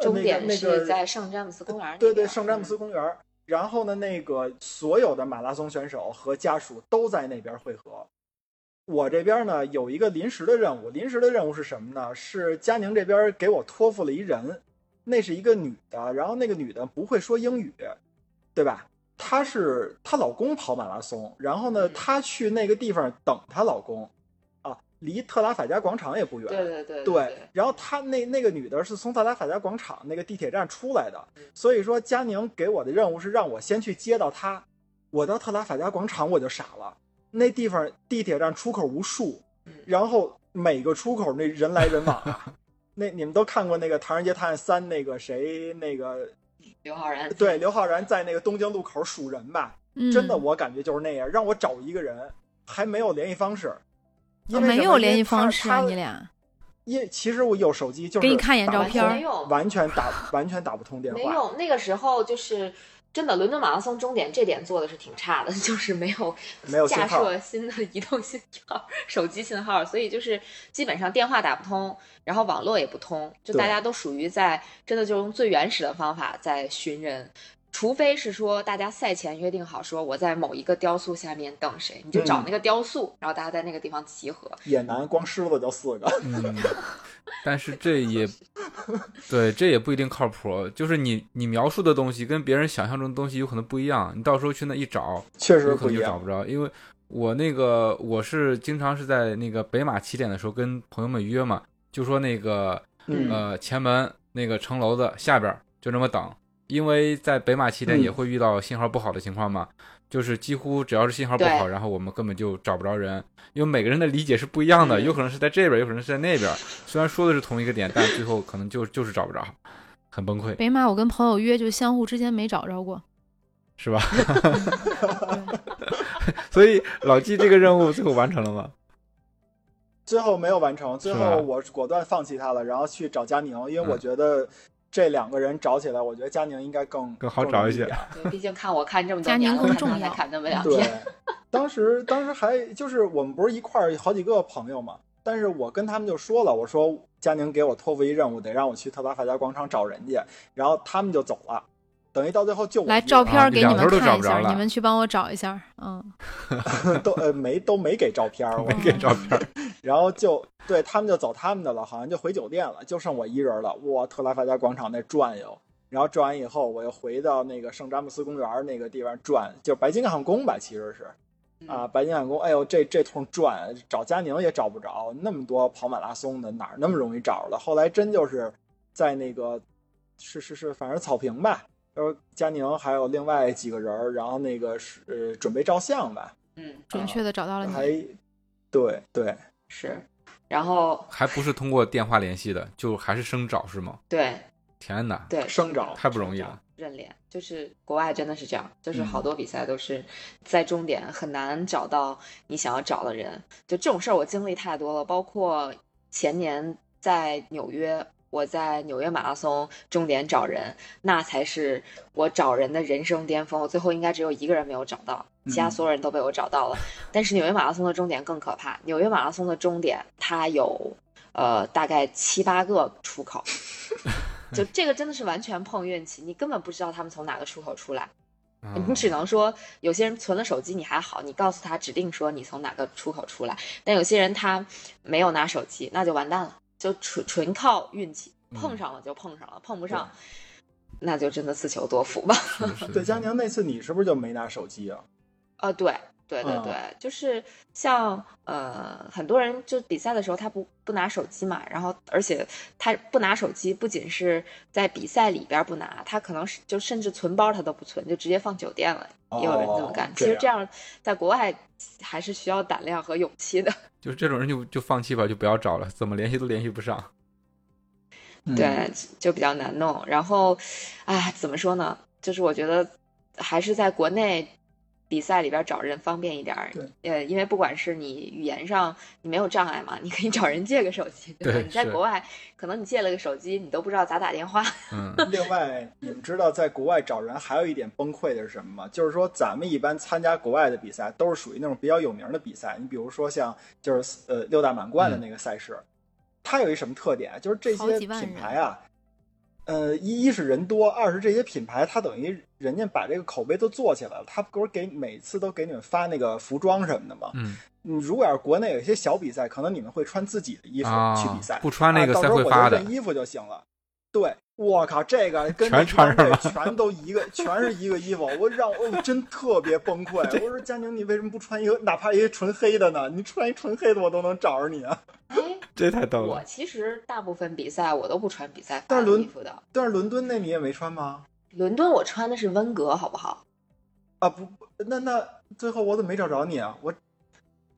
终点那个是在圣詹姆斯公园那边。对对，圣詹姆斯嗯。公园。然后呢，那个所有的马拉松选手和家属都在那边汇合。我这边呢有一个临时的任务，临时的任务是什么呢？是佳宁这边给我托付了一人，那是一个女的，然后那个女的不会说英语，对吧？她是她老公跑马拉松，然后呢，嗯她去那个地方等她老公，啊，离特拉法加广场也不远。对对对对对，，然后她那那个女的是从特拉法加广场那个地铁站出来的，嗯所以说佳宁给我的任务是让我先去接到她。我到特拉法加广场我就傻了，那地方地铁站出口无数嗯，然后每个出口那人来人往 啊。那你们都看过那个《唐人街探案三》那个谁那个刘昊然。对刘昊然在那个东京路口数人吧？嗯，真的，我感觉就是那样，让我找一个人还没有联系方式，因为哦没什么有因为联系他方式啊，他你俩因为其实我有手机，就是给你看一眼照片打没不有通完全打完全打不通电没话。有，那个时候就是真的，伦敦马拉松终点这点做的是挺差的， 就是没有没有信架号设新的移动信号、手机信号，所以就是基本上电话打不通，然后网络也不通，就对大家都属于在真的就用最原始的方法在寻人。除非是说大家赛前约定好，说我在某一个雕塑下面等谁，你就找嗯那个雕塑，然后大家在那个地方集合。也难，光狮子就四个。 嗯，但是这也，对，这也不一定靠谱。就是你你描述的东西跟别人想象中的东西有可能不一样，你到时候去那一找，确有实可不能一就找样。不着。因为我那个我是经常是在那个北马起点的时候跟朋友们约嘛，就说那个嗯，呃前门那个城楼子下边儿就这么等，因为在北马起点嗯也会遇到信号不好的情况嘛，就是几乎只要是信号不对好，然后我们根本就找不着人，因为每个人的理解是不一样的，嗯有可能是在这边，有可能是在那边，虽然说的是同一个点，但最后可能就就是找不着，很崩溃，北马我跟朋友约就相互之间没找着过，是吧？所以老纪这个任务最后完成 了吗？最后没有完成，最是吧后我果断放弃他了，然后去找佳宁，因为嗯我觉得这两个人找起来，我觉得佳宁应该更更好找一些更容易点对，毕竟看我看这么多佳年宁了，更看重他才要看那么两 对天，，当时当时还就是我们不是一块儿好几个朋友嘛，但是我跟他们就说了，我说佳宁给我托付一任务，得让我去特拉法加广场找人家，然后他们就走了，等于到最后就我来一个照片儿啊给你两头们都找看不一着下，了你们去帮我找一下。嗯，人 都呃没都没给照片儿，我没给照片儿， 然后就对他们就走他们的了，好像就回酒店了，就剩我一人了。哇，特拉法加广场那转悠，然后转完以后，我又回到那个圣詹姆斯公园那个地方转，就白金汉宫吧，其实是啊，白金汉宫。哎呦，这这通转找佳宁也找不着，那么多跑马拉松的哪儿那么容易找着了？后来真就是在那个是是是，反正草坪吧。然后佳宁还有另外几个人儿，然后那个是呃准备照相吧，嗯，准确的找到了啊还你。对对，是。然后还不是通过电话联系的，就还是生找是吗？对天哪，对，生长太不容易了。认脸，就是国外真的是这样，就是嗯好多比赛都是在终点很难找到你想要找的人，就这种事儿我经历太多了，包括前年在纽约。我在纽约马拉松终点找人，那才是我找人的人生巅峰。我最后应该只有一个人没有找到，其他嗯所有人都被我找到了。但是纽约马拉松的终点更可怕，纽约马拉松的终点它有呃大概七八个出口，就这个真的是完全碰运气，你根本不知道他们从哪个出口出来，嗯你只能说有些人存了手机你还好，你告诉他指定说你从哪个出口出来，但有些人他没有拿手机，那就完蛋了，就纯纯靠运气，碰上了就碰上了，碰不上。那就真的自求多福吧。 是的是的对，佳宁那次你是不是就没拿手机啊？呃，对，对对嗯对，就是像呃，很多人就比赛的时候他不不拿手机嘛，然后而且他不拿手机，不仅是在比赛里边儿不拿，他可能是就甚至存包他都不存，就直接放酒店了，也有人这么哦干。这其实这样样在国外还是需要胆量和勇气的。就是这种人就就放弃吧，就不要找了，怎么联系都联系不上。嗯嗯对，就比较难弄。然后，哎，怎么说呢？就是我觉得还是在国内比赛里边找人方便一点儿。呃，因为不管是你语言上你没有障碍嘛，你可以找人借个手机，对吧？对你在是国外可能你借了个手机，你都不知道咋打电 话。 嗯，另外，你们知道在国外找人还有一点崩溃的是什么吗？就是说，咱们一般参加国外的比赛都是属于那种比较有名的比赛，你比如说像就是呃六大满贯的那个赛事，它有一什么特点？啊就是这好些几万人品牌啊，呃，一一是人多，二是这些品牌它等于人家把这个口碑都做起来了，它不是给每次都给你们发那个服装什么的吗？嗯，你如果要是国内有一些小比赛，可能你们会穿自己的衣服啊去比赛，不穿那个啊到赛时候会我就发的认衣服就行了。对，我靠，这个跟全穿上了这全都一个，全是一个衣服，我让我真特别崩溃。我说佳宁，你为什么不穿一个，哪怕一个纯黑的呢？你穿一纯黑的，我都能找着你啊。哎，这太逗我了。其实大部分比赛我都不穿比赛但发的是伦衣服的。但是伦敦那你也没穿吗？伦敦我穿的是温格，好不好？啊不，那那最后我怎么没找着你啊？我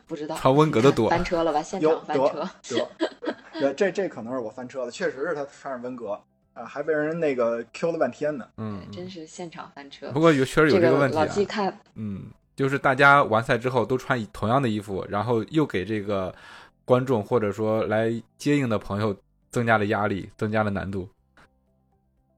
不知道。穿温格的 多翻车了吧？现有场翻得车。得，对这这可能是我翻车了，确实是他穿上温格啊，还被人那个 Q 了半天呢。嗯，真是现场翻车不。过有确实有这这个问题老纪啊。看嗯，就是大家完赛之后都穿同样的衣服，然后又给这个观众或者说来接应的朋友增加了压力，增加了难度。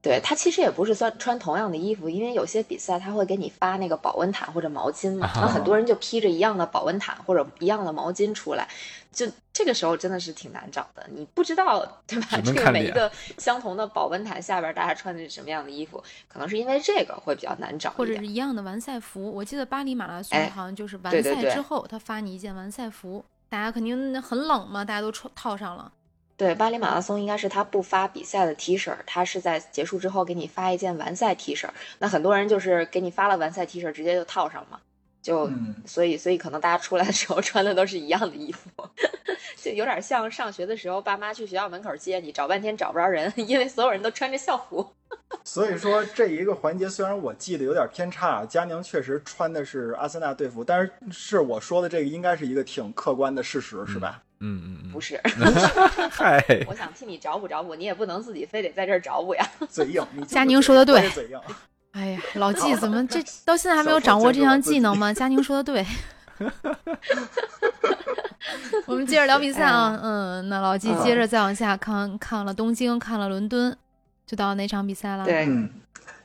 对，它其实也不是算穿同样的衣服，因为有些比赛它会给你发那个保温毯或者毛巾嘛，那很啊多人就披着一样的保温毯或者一样的毛巾出来，就这个时候真的是挺难找的，你不知道对吧只？能这个看每一脸个相同的保温毯下边大家穿的是什么样的衣服，可能是因为这个会比较难找或一者点是一样的完赛服，我记得巴黎马拉松哎好像就是对完对赛对之后，他发你一件完赛服，大家肯定很冷嘛，大家都穿套上了。对，巴黎马拉松应该是他不发比赛的 T 恤儿，他是在结束之后给你发一件完赛 T 恤儿。那很多人就是给你发了完赛 T 恤儿，直接就套上嘛，就、嗯所以所以可能大家出来的时候 穿的都是一样的衣服， 就有点像 上学的时候爸妈去学校门口接你，找半天找不着人，因为所有人都穿着校服。所以说这一个环节虽然我记得有点偏差，啊佳宁确实穿的是阿森纳队服，但是是我说的这个应该是一个挺客观的事实，是吧？嗯嗯嗯，不是， 嗨，我想替你找补找补，你也不能自己非得在这儿找补呀。嘴硬，你就是嗯 佳宁说得对我也嘴 硬，哎呀，老纪怎么这 到现在还没有掌握这项技能吗？佳宁说的对。我们接着聊比赛哎啊，嗯，那老纪接着再往下看，看了东京，看了伦敦，就到那场比赛了。，对，嗯，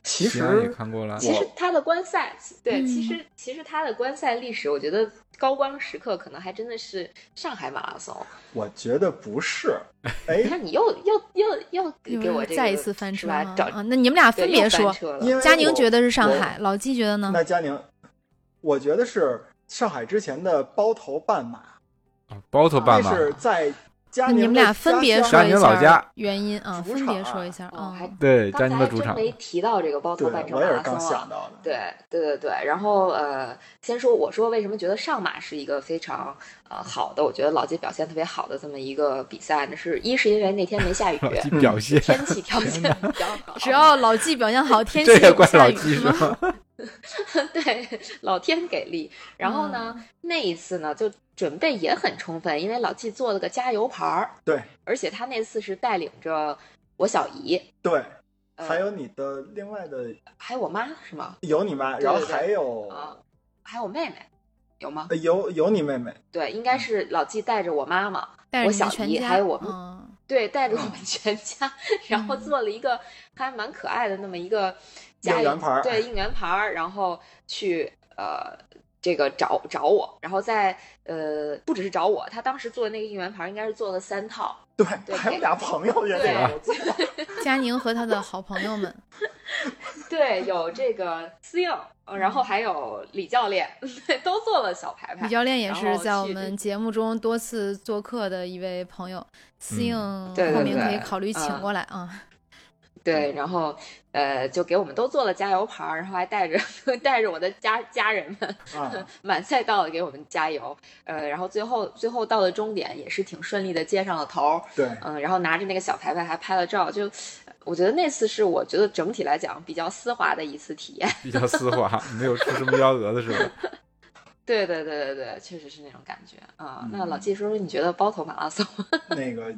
其西啊安也实看过了，其实他的观赛，对，嗯其实其实他的观赛历史，我觉得高光时刻可能还真的是上海马拉松。我觉得 不是，哎你，看，你又又又又给给我这个再一次翻车是吧啊！找啊那你们俩分别说，因为佳宁觉我得是上我海，老纪觉得呢？那佳宁，我觉得是上海之前的包头半马，啊包头那半马，是在佳那宁你们俩分别佳说一宁老下家原因啊，主分别场说一下啊哦，。还对佳刚才宁还的主真场，，没提到这个包头对半，程我马也是拉刚松想啊。到的。对对对对，然后呃，先说我说为什么觉得上马是一个非常呃好的，我觉得老季表现特别好的这么一个比赛呢，是一是因为那天没下雨老纪 表现，天气条件比较 好，只要老纪表现好，天气这就也不怪下老雨纪是是吗？吧？对，老天给力。然后呢，嗯那一次呢，就准备也很充分，因为老季做了个加油牌儿。对，而且他那次是带领着我小姨，对，呃、还有你的另外的还有我妈是吗？有你妈，对然后对对还有啊，还有我妹妹，有吗？呃有有你妹妹，对，应该嗯是老季带着我妈妈，带着我你们小全姨家，还有我们嗯，对，带着我们全家，然后做了一个还蛮可爱的那么一个家嗯应援牌儿对应援牌儿，然后去呃这个找找我，然后在呃不只是找我，他当时做的那个应援牌儿应该是做了三套，对，对还有俩朋友也对有，我记得佳宁和他的好朋友们，对，有这个司应，呃然后还有李教练， 对，都做了小牌牌李。教练也然是后在我去们节目中多次做客的一位朋友，司应嗯对后对面可以对考虑请嗯过来啊。 对，然后呃就给我们都做了加油牌儿，然后还带着 带着我的家家人们啊，满赛道的给我们加油，呃，然后最后最后到了终点也是挺顺利的接上了头儿，对，嗯、然后拿着那个小牌牌还拍了照，就我觉得那次是我觉得整体来讲比较丝滑的一次体验。 比较丝滑，没有出什么幺蛾子是吧？对对对对对，确实是那种感觉啊、那嗯老季说说你觉得包头马拉松？那个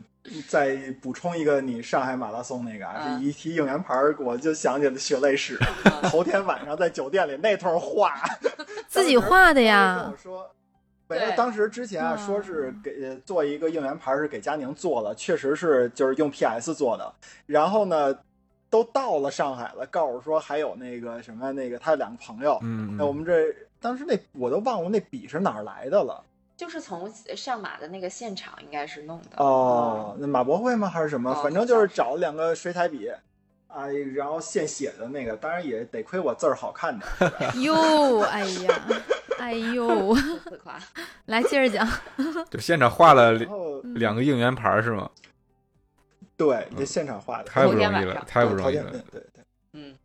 再补充一个，你上海马拉松那个啊，嗯这一提应援牌儿，我就想起了血泪史。 头天晚上在酒店里那通话， 自己画的当时跟呀 我，说。本来对当时之前啊，嗯说是给呃做一个应援牌儿是给佳宁做的，确实是就是用 PS 做的。然后呢，都到了上海了，告诉我说还有那个什么那个他两个朋友，嗯，那我嗯们这当时那我都忘了那笔是哪儿来的了。 就是从上马的那个现场应该是弄的哦，那马博会吗？还是什么？哦反正就是找了两个水彩笔，啊，然后现写的那个，当然也得亏我字儿好看点。哟，哎呀，哎呦， 嗯自 夸。来接着讲，就现场画了然两后嗯两个应援牌儿是吗？对，这现场画的，太不昨天容易晚了，上太不容易对了。对对，嗯，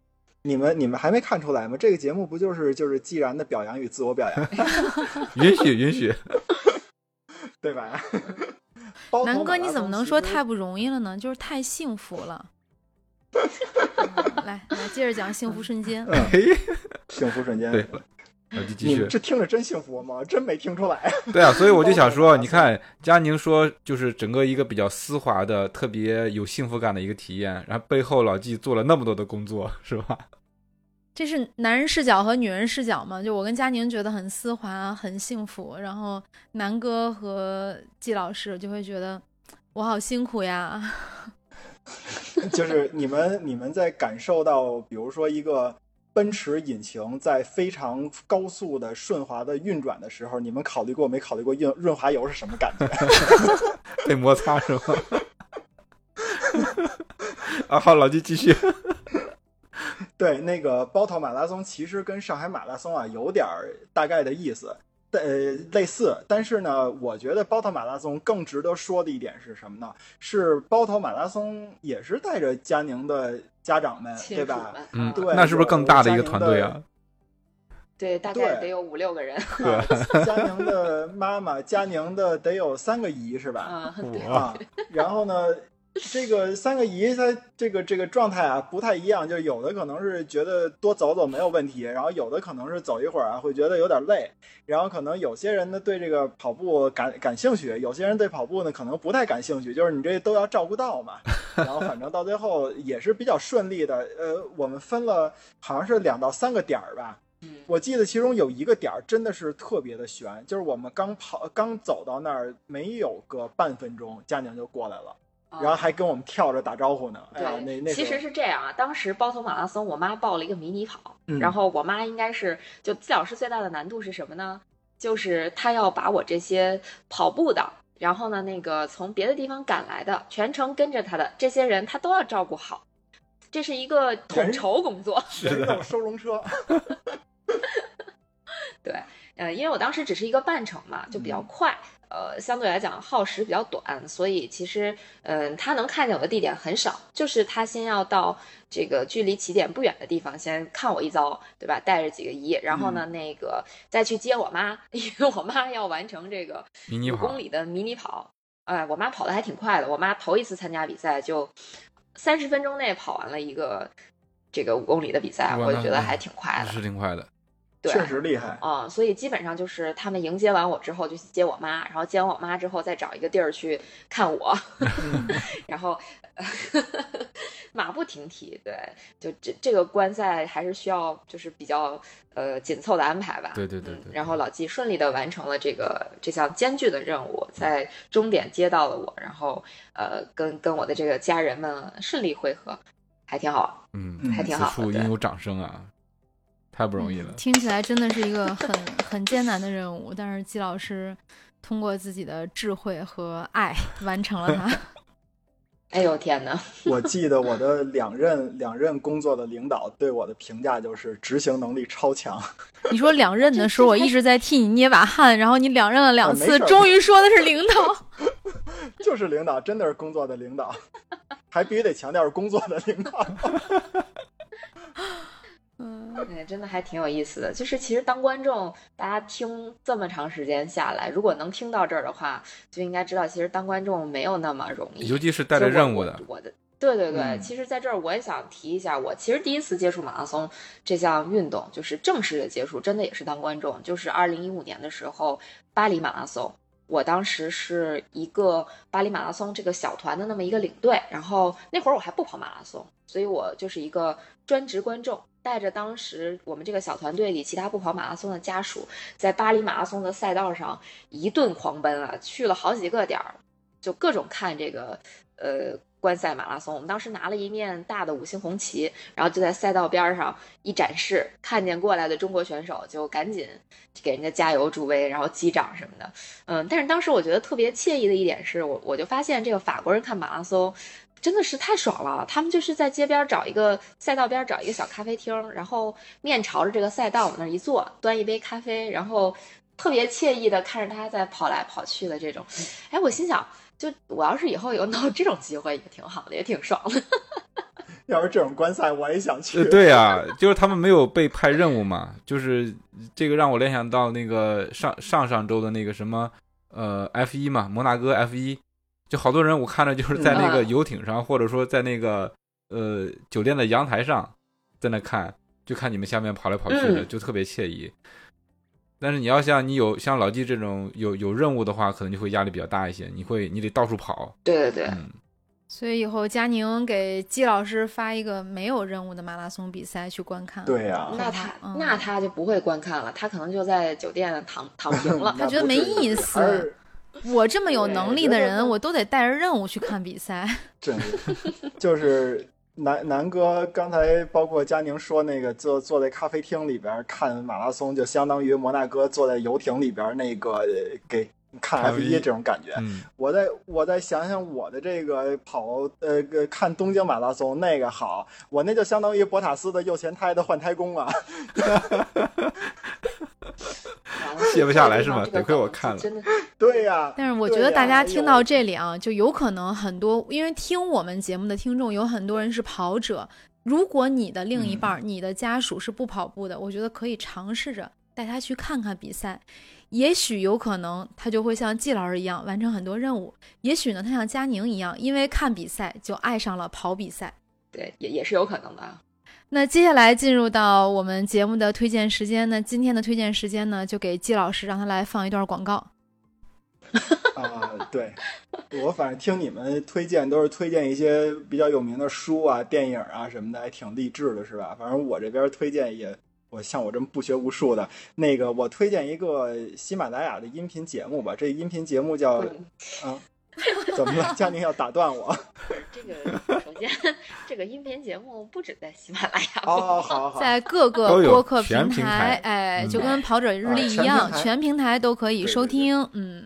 你们你们还没看出来吗？这个节目不就是就是既然的表扬与自我表扬， 允许 允许，对吧？ 包头南哥马拉松你怎么能说其实太不容易了呢？就是太幸福了。 嗯来来，接着讲幸福瞬间。嗯 嘿，幸福瞬间？对，老纪继你续们。这听着真幸福吗？真没听出来。对啊，所以我就想 包说，头你看佳宁说，就是整个一个比较丝滑的、特别有幸福感的一个体验，然后背后老纪做了那么多的工作，是吧？这是男人视角和女人视角嘛？就我跟佳宁觉得很丝滑、很幸福，然后南哥和季老师就会觉得我好辛苦呀。就是你们你们在感受到，比如说一个奔驰引擎在非常高速的顺滑的运转的时候，你们考虑过没考虑过润润滑油是什么感觉？ 被摩擦是吗？ 啊，好，老纪继续。对，那个包头马拉松其实跟上海马拉松啊有点儿大概的意思，呃，类似。但是呢，我觉得包头马拉松更值得说的一点是什么呢？是包头马拉松也是带着佳宁的家长们，亲对属吧？们，嗯，嗯对那是不是更大的一个团队啊？对，大概对得有五六个人， 啊 佳宁的妈妈，佳宁的得有三个姨是吧？嗯， 我啊啊，然后呢，这个三个姨她这个这个状态啊不太一样，就有的可能是觉得多走走没有问题，然后有的可能是走一会儿啊会觉得有点累，然后可能有些人呢对这个跑步感感兴趣，有些人对跑步呢可能不太感兴趣，就是你这都要照顾到嘛。然后反正到最后也是比较顺利的，呃，我们分了好像是两到三个点儿吧，嗯我记得其中有一个点儿真的是特别的悬，就是我们刚跑刚走到那儿没有个半分钟，佳宁就过来了，啊然后还跟我们跳着打招呼呢。哎对，呀，那那其时实候是这样啊，当时包头马拉松，我妈报了一个迷你跑，嗯然后我妈应该是就季老师最大的难度是什么呢？就是她要把我这些跑步的，然后呢那个从别的地方赶来的，全程跟着她的这些人，她都要照顾好，这是一个统筹工作。人肉收 容车，呃，因为我当时只是一个半程嘛，就比嗯较快，呃，相对来讲耗时比较短，所以其实，嗯、他能看见我的地点很少，就是他先要到这个距离起点不远的地方先看我一遭，对吧？带着几个姨，然后呢，嗯那个再去接我妈， 因为我妈要完成这个迷你五跑公，里的迷你跑。哎，我妈跑的还挺快的，我妈头一次参加比赛就三十分钟内跑完了一个这个五公里的比赛，哇我就那觉得那还挺快的。是挺快的。对，确实厉害。啊、所以基本上就是他们迎接完我之后就去接我妈，然后接完我妈之后再找一个地儿去看我， 嗯然后 呃马不停蹄。对，就这这个观赛还是需要就是比较呃紧凑的安排吧。对对对嗯对然后老纪顺利的完成了这个这项艰巨的任务，在终点接到了我，然后呃跟跟我的这个家人们顺利会合，还挺好玩。嗯嗯，还挺此好处对嗯应有掌声啊！太不容易了。嗯听起来真的是一个很 很艰难的任务，但是季老师通过自己的智慧和爱完成了它。 哎呦天哪！ 我记得我的两任两任工作的领导对我的评价就是执行能力超强。你说两任的时候，我一直在替你捏把汗，然后你两任了两啊没次事，儿终于说的是领 导。就是领导，真的是工作的领导，还必须得强调是工作的领导。 嗯，对，哎真的还挺有意思的。就是其实当观众，大家听这么长时间下来，如果能听到这儿的话，就应该知道，其实当观众没有那么容易。尤其是带着任务的就，我我的对对对，嗯其实在这儿我也想提一下，我其实第一次接触马拉松这项运动，就是正式的接触，真的也是当观众，就是二零一五年的时候巴黎马拉松。我当时是一个巴黎马拉松这个小团的那么一个领队，然后那会儿我还不跑马拉松，所以我就是一个专职观众，带着当时我们这个小团队里其他不跑马拉松的家属，在巴黎马拉松的赛道上一顿狂奔啊，去了好几个点儿，就各种看这个呃观赛马拉松。我们当时拿了一面大的五星红旗，然后就在赛道边儿上一展示，看见过来的中国选手就赶紧给人家加油助威，然后击掌什么的。嗯，但是当时我觉得特别惬意的一点是我我就发现这个法国人看马拉松。真的是太爽了！他们就是在街边儿找一个赛道边儿找一个小咖啡厅，然后面朝着这个赛道往那儿一坐，端一杯咖啡，然后特别惬意的看着他在跑来跑去的这种。哎，我心想，就我要是以后有 能有这种机会也挺好的，也挺爽的。 要是这种观赛，我也想呃，去。对呀、就是他们没有被派任务嘛，就是这个让我联想到那个上上上周的那个什么呃 F 一嘛，摩纳哥 F 一，就好多人我看着就是在那个嗯游艇上，或者说在那个呃酒店的阳台上，在那看，就看你们下面跑来跑去的，嗯就特别惬意。但是你要像你有像老纪这种有有任务的话，可能就会压力比较大一些，你会你得到处跑，对对对，嗯，所以以后佳宁给季老师发一个没有任务的马拉松比赛去观看。对呀、那他、嗯那他就不会观看了，他可能就在酒店躺躺平了。他觉得没意 还思。是我这么有对能力觉的得人，他我都得带着任务去看比赛。真的 就是南南哥刚才包括佳宁说那个坐坐在咖啡厅里边看马拉松，就相当于摩纳哥坐在游艇里边那个呃给看看 F 一 F1 这种感觉。嗯我再我再想想我的这个跑呃个看东京马拉松那个好，我那就相当于博塔斯的右前胎的换胎工啊。 完了 卸不下来是吗这个得亏我梗看了真的对呀、但是我觉对得大呀家听有到这里啊，就有可能很多，因为听我们节目的听众有很多人是跑者。如果你的另一半儿、你的家属是不跑步的，我觉得可以尝试着带他去看看比赛，也许有可能他就会像季老师一样完成很多任务，也许呢，他像佳宁一样，因为看比赛就爱上了跑比赛。对，也也是有可能的啊。那接下来进入到我们节目的推荐时间呢，今天的推荐时间呢，就给季老师让他来放一段广告。啊，对，我反正听你们推荐都是推荐一些比较有名的书啊、电影啊什么的，还挺励志的，是吧？反正我这边推荐也，我像我这么不学无术的，那个我推荐一个喜马拉雅的音频节目吧，这音频节目呃叫嗯 啊，怎么了？佳宁要打断我？不是这个，首先这个音频节目不止在喜马拉雅播，哦，好好，在各个啊都有播客平全平台哎，嗯就跟跑者日历一啊样全平，台全平台都可以对收对对听。嗯，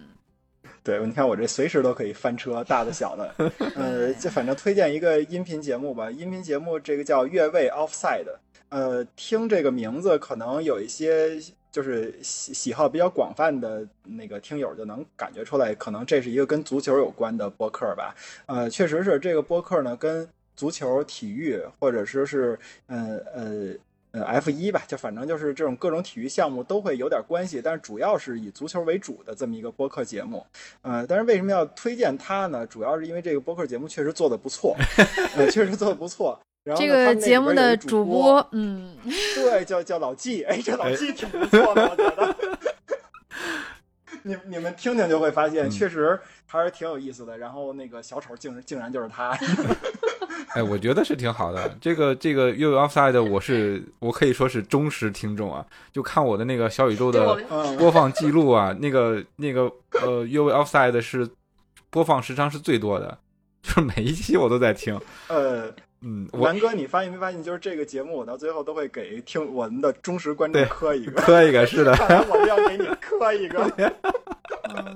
对，你看我这随时都可以翻车，大的小的。呃，这反正推荐一个音频节目吧，音频节目这个叫《越位 Offside》。呃，听这个名字可能有一些就是喜喜好比较广泛的那个听友就能感觉出来，可能这是一个跟足球有关的播客吧。呃，确实是这个播客呢，跟足球、体育或者说是呃呃呃 F 一吧，就反正就是这种各种体育项目都会有点关系，但是主要是以足球为主的这么一个播客节目。呃，但是为什么要推荐它呢？主要是因为这个播客节目确实做的不错， 呃，确实做的不错。然后这呢他个们那里节目边有的一主主播，嗯，对，叫叫老纪，哎，这老纪挺不错的，我觉得。 你你们听听就会发现，嗯确实还是挺有意思的。然后那个小丑竟竟然就是他， 哎，我觉得是挺好的。这个这个越位 offside，我是我可以说是忠实听众啊，就看我的那个小宇宙对我的们嗯，播放记录啊，那个那个呃越位 offside 是播放时长是最多的，就是每一期我都在听。呃，嗯，我南哥，你发现没发现，就是这个节目，我到最后都会给听我们的忠实观众对磕一个，磕一个是的，看来我们要给你磕一个。嗯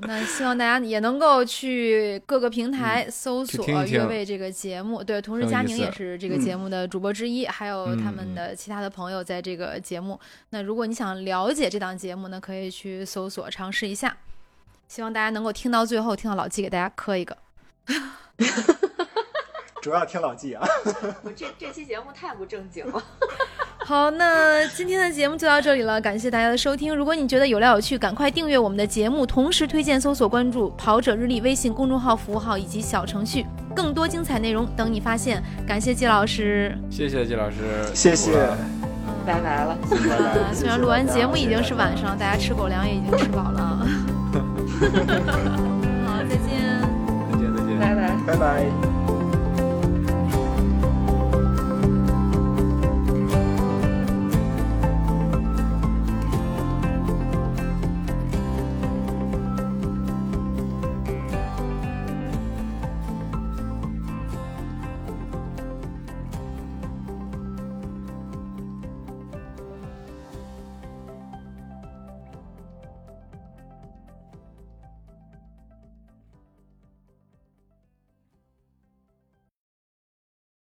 那希望大家也能够去各个平台搜索嗯去听一《听越位》这个节目。对，同时很有佳意宁思也是嗯这个节目的主播之一，还有他嗯们嗯的其他的朋友在这个节目。那如果你想了解这档节目呢，可以去搜索尝试一下。希望大家能够听到最后，听到老纪给大家磕一个。 主要听老纪啊，我这这期节目太不正经了。 好，那今天的节目就到这里了，感谢大家的收听。如果你觉得有料有趣，赶快订阅我们的节目，同时推荐、搜索、关注“跑者日历”微信公众号、服务号以及小程序，更多精彩内容等你发现。感谢季老师。谢谢季老师，谢辛苦，谢了拜拜了。拜 啊，拜。虽然录完节目已经是晚上。上，大家吃狗粮也已经吃饱了。好，再见。再见再见。拜拜。拜拜。